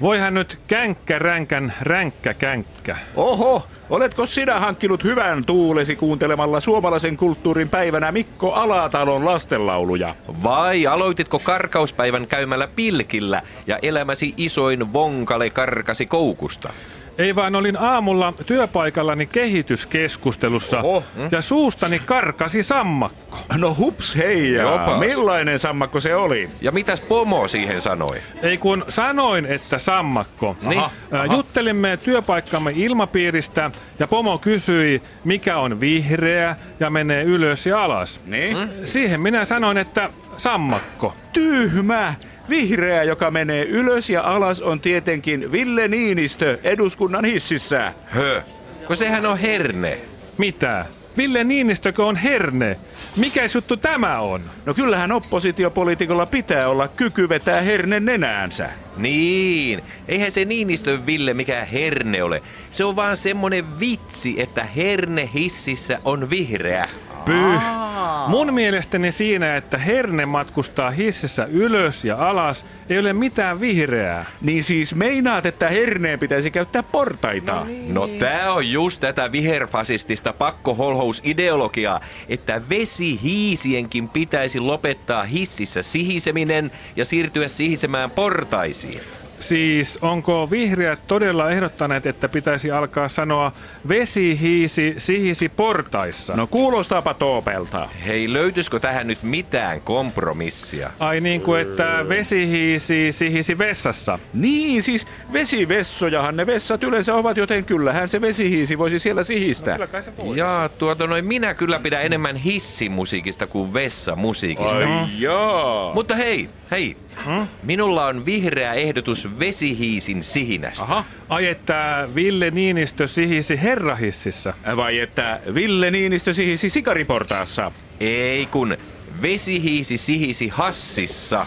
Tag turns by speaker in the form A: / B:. A: Voihan nyt känkkä ränkän ränkkä känkkä.
B: Oho, oletko sinä hankkinut hyvän tuulesi kuuntelemalla suomalaisen kulttuurin päivänä Mikko Alatalon lastenlauluja?
C: Vai aloititko karkauspäivän käymällä pilkillä ja elämäsi isoin vonkale karkasi koukusta?
A: Ei vaan olin aamulla työpaikallani kehityskeskustelussa
B: Oho.
A: ja suustani karkasi sammakko.
B: No hups heijaa,
C: Jopas.
B: millainen sammakko se oli?
C: Ja mitäs pomo siihen sanoi?
A: Ei kun sanoin, että sammakko.
C: Niin.
A: Aha, aha. Juttelimme työpaikkamme ilmapiiristä ja pomo kysyi, mikä on vihreä ja menee ylös ja alas.
B: Niin?
A: Siihen minä sanoin, että sammakko.
B: Tyhmä! Vihreä, joka menee ylös ja alas, on tietenkin Ville Niinistö eduskunnan hississä.
C: Hö, kun sehän on herne.
A: Mitä? Ville Niinistökö on herne? Mikä juttu tämä on?
B: No kyllähän oppositiopoliitikolla pitää olla kyky vetää herne nenäänsä.
C: Niin, eihän se Niinistön Ville mikään herne ole. Se on vaan semmonen vitsi, että herne hississä on vihreä.
A: Pyh. Mun mielestäni siinä, että herne matkustaa hississä ylös ja alas, ei ole mitään vihreää.
B: Niin siis meinaat, että herneen pitäisi käyttää portaita. No niin.
C: No tää on just tätä viherfasistista pakkoholhousideologiaa, että vesihiisienkin pitäisi lopettaa hississä sihiseminen ja siirtyä sihisemään portaisiin.
A: Siis onko vihreät todella ehdottaneet, että pitäisi alkaa sanoa vesi hiisi sihisi portaissa?
B: no kuulostaapa toopelta.
C: Hei, löytyisikö tähän nyt mitään kompromissia?
A: Ai niin kuin, että vesi hiisi sihisi vessassa.
B: Niin, siis vesivessojahan ne vessat yleensä ovat, joten kyllähän se vesihiisi voisi siellä sihistää.
A: kai se voi.
C: Jaa, tuota noin, minä kyllä pidän enemmän hissimusiikista kuin vessamusiikista.
B: Ai Hm? joo.
C: Mutta hei, hei, minulla on vihreä ehdotus vesihiisin sihinästä.
B: Aha.
A: Ai että Ville Niinistö sihisi herrahississä.
B: Vai että Ville Niinistö sihisi sikariportaassa.
C: Ei kun vesihiisi sihisi hassissa.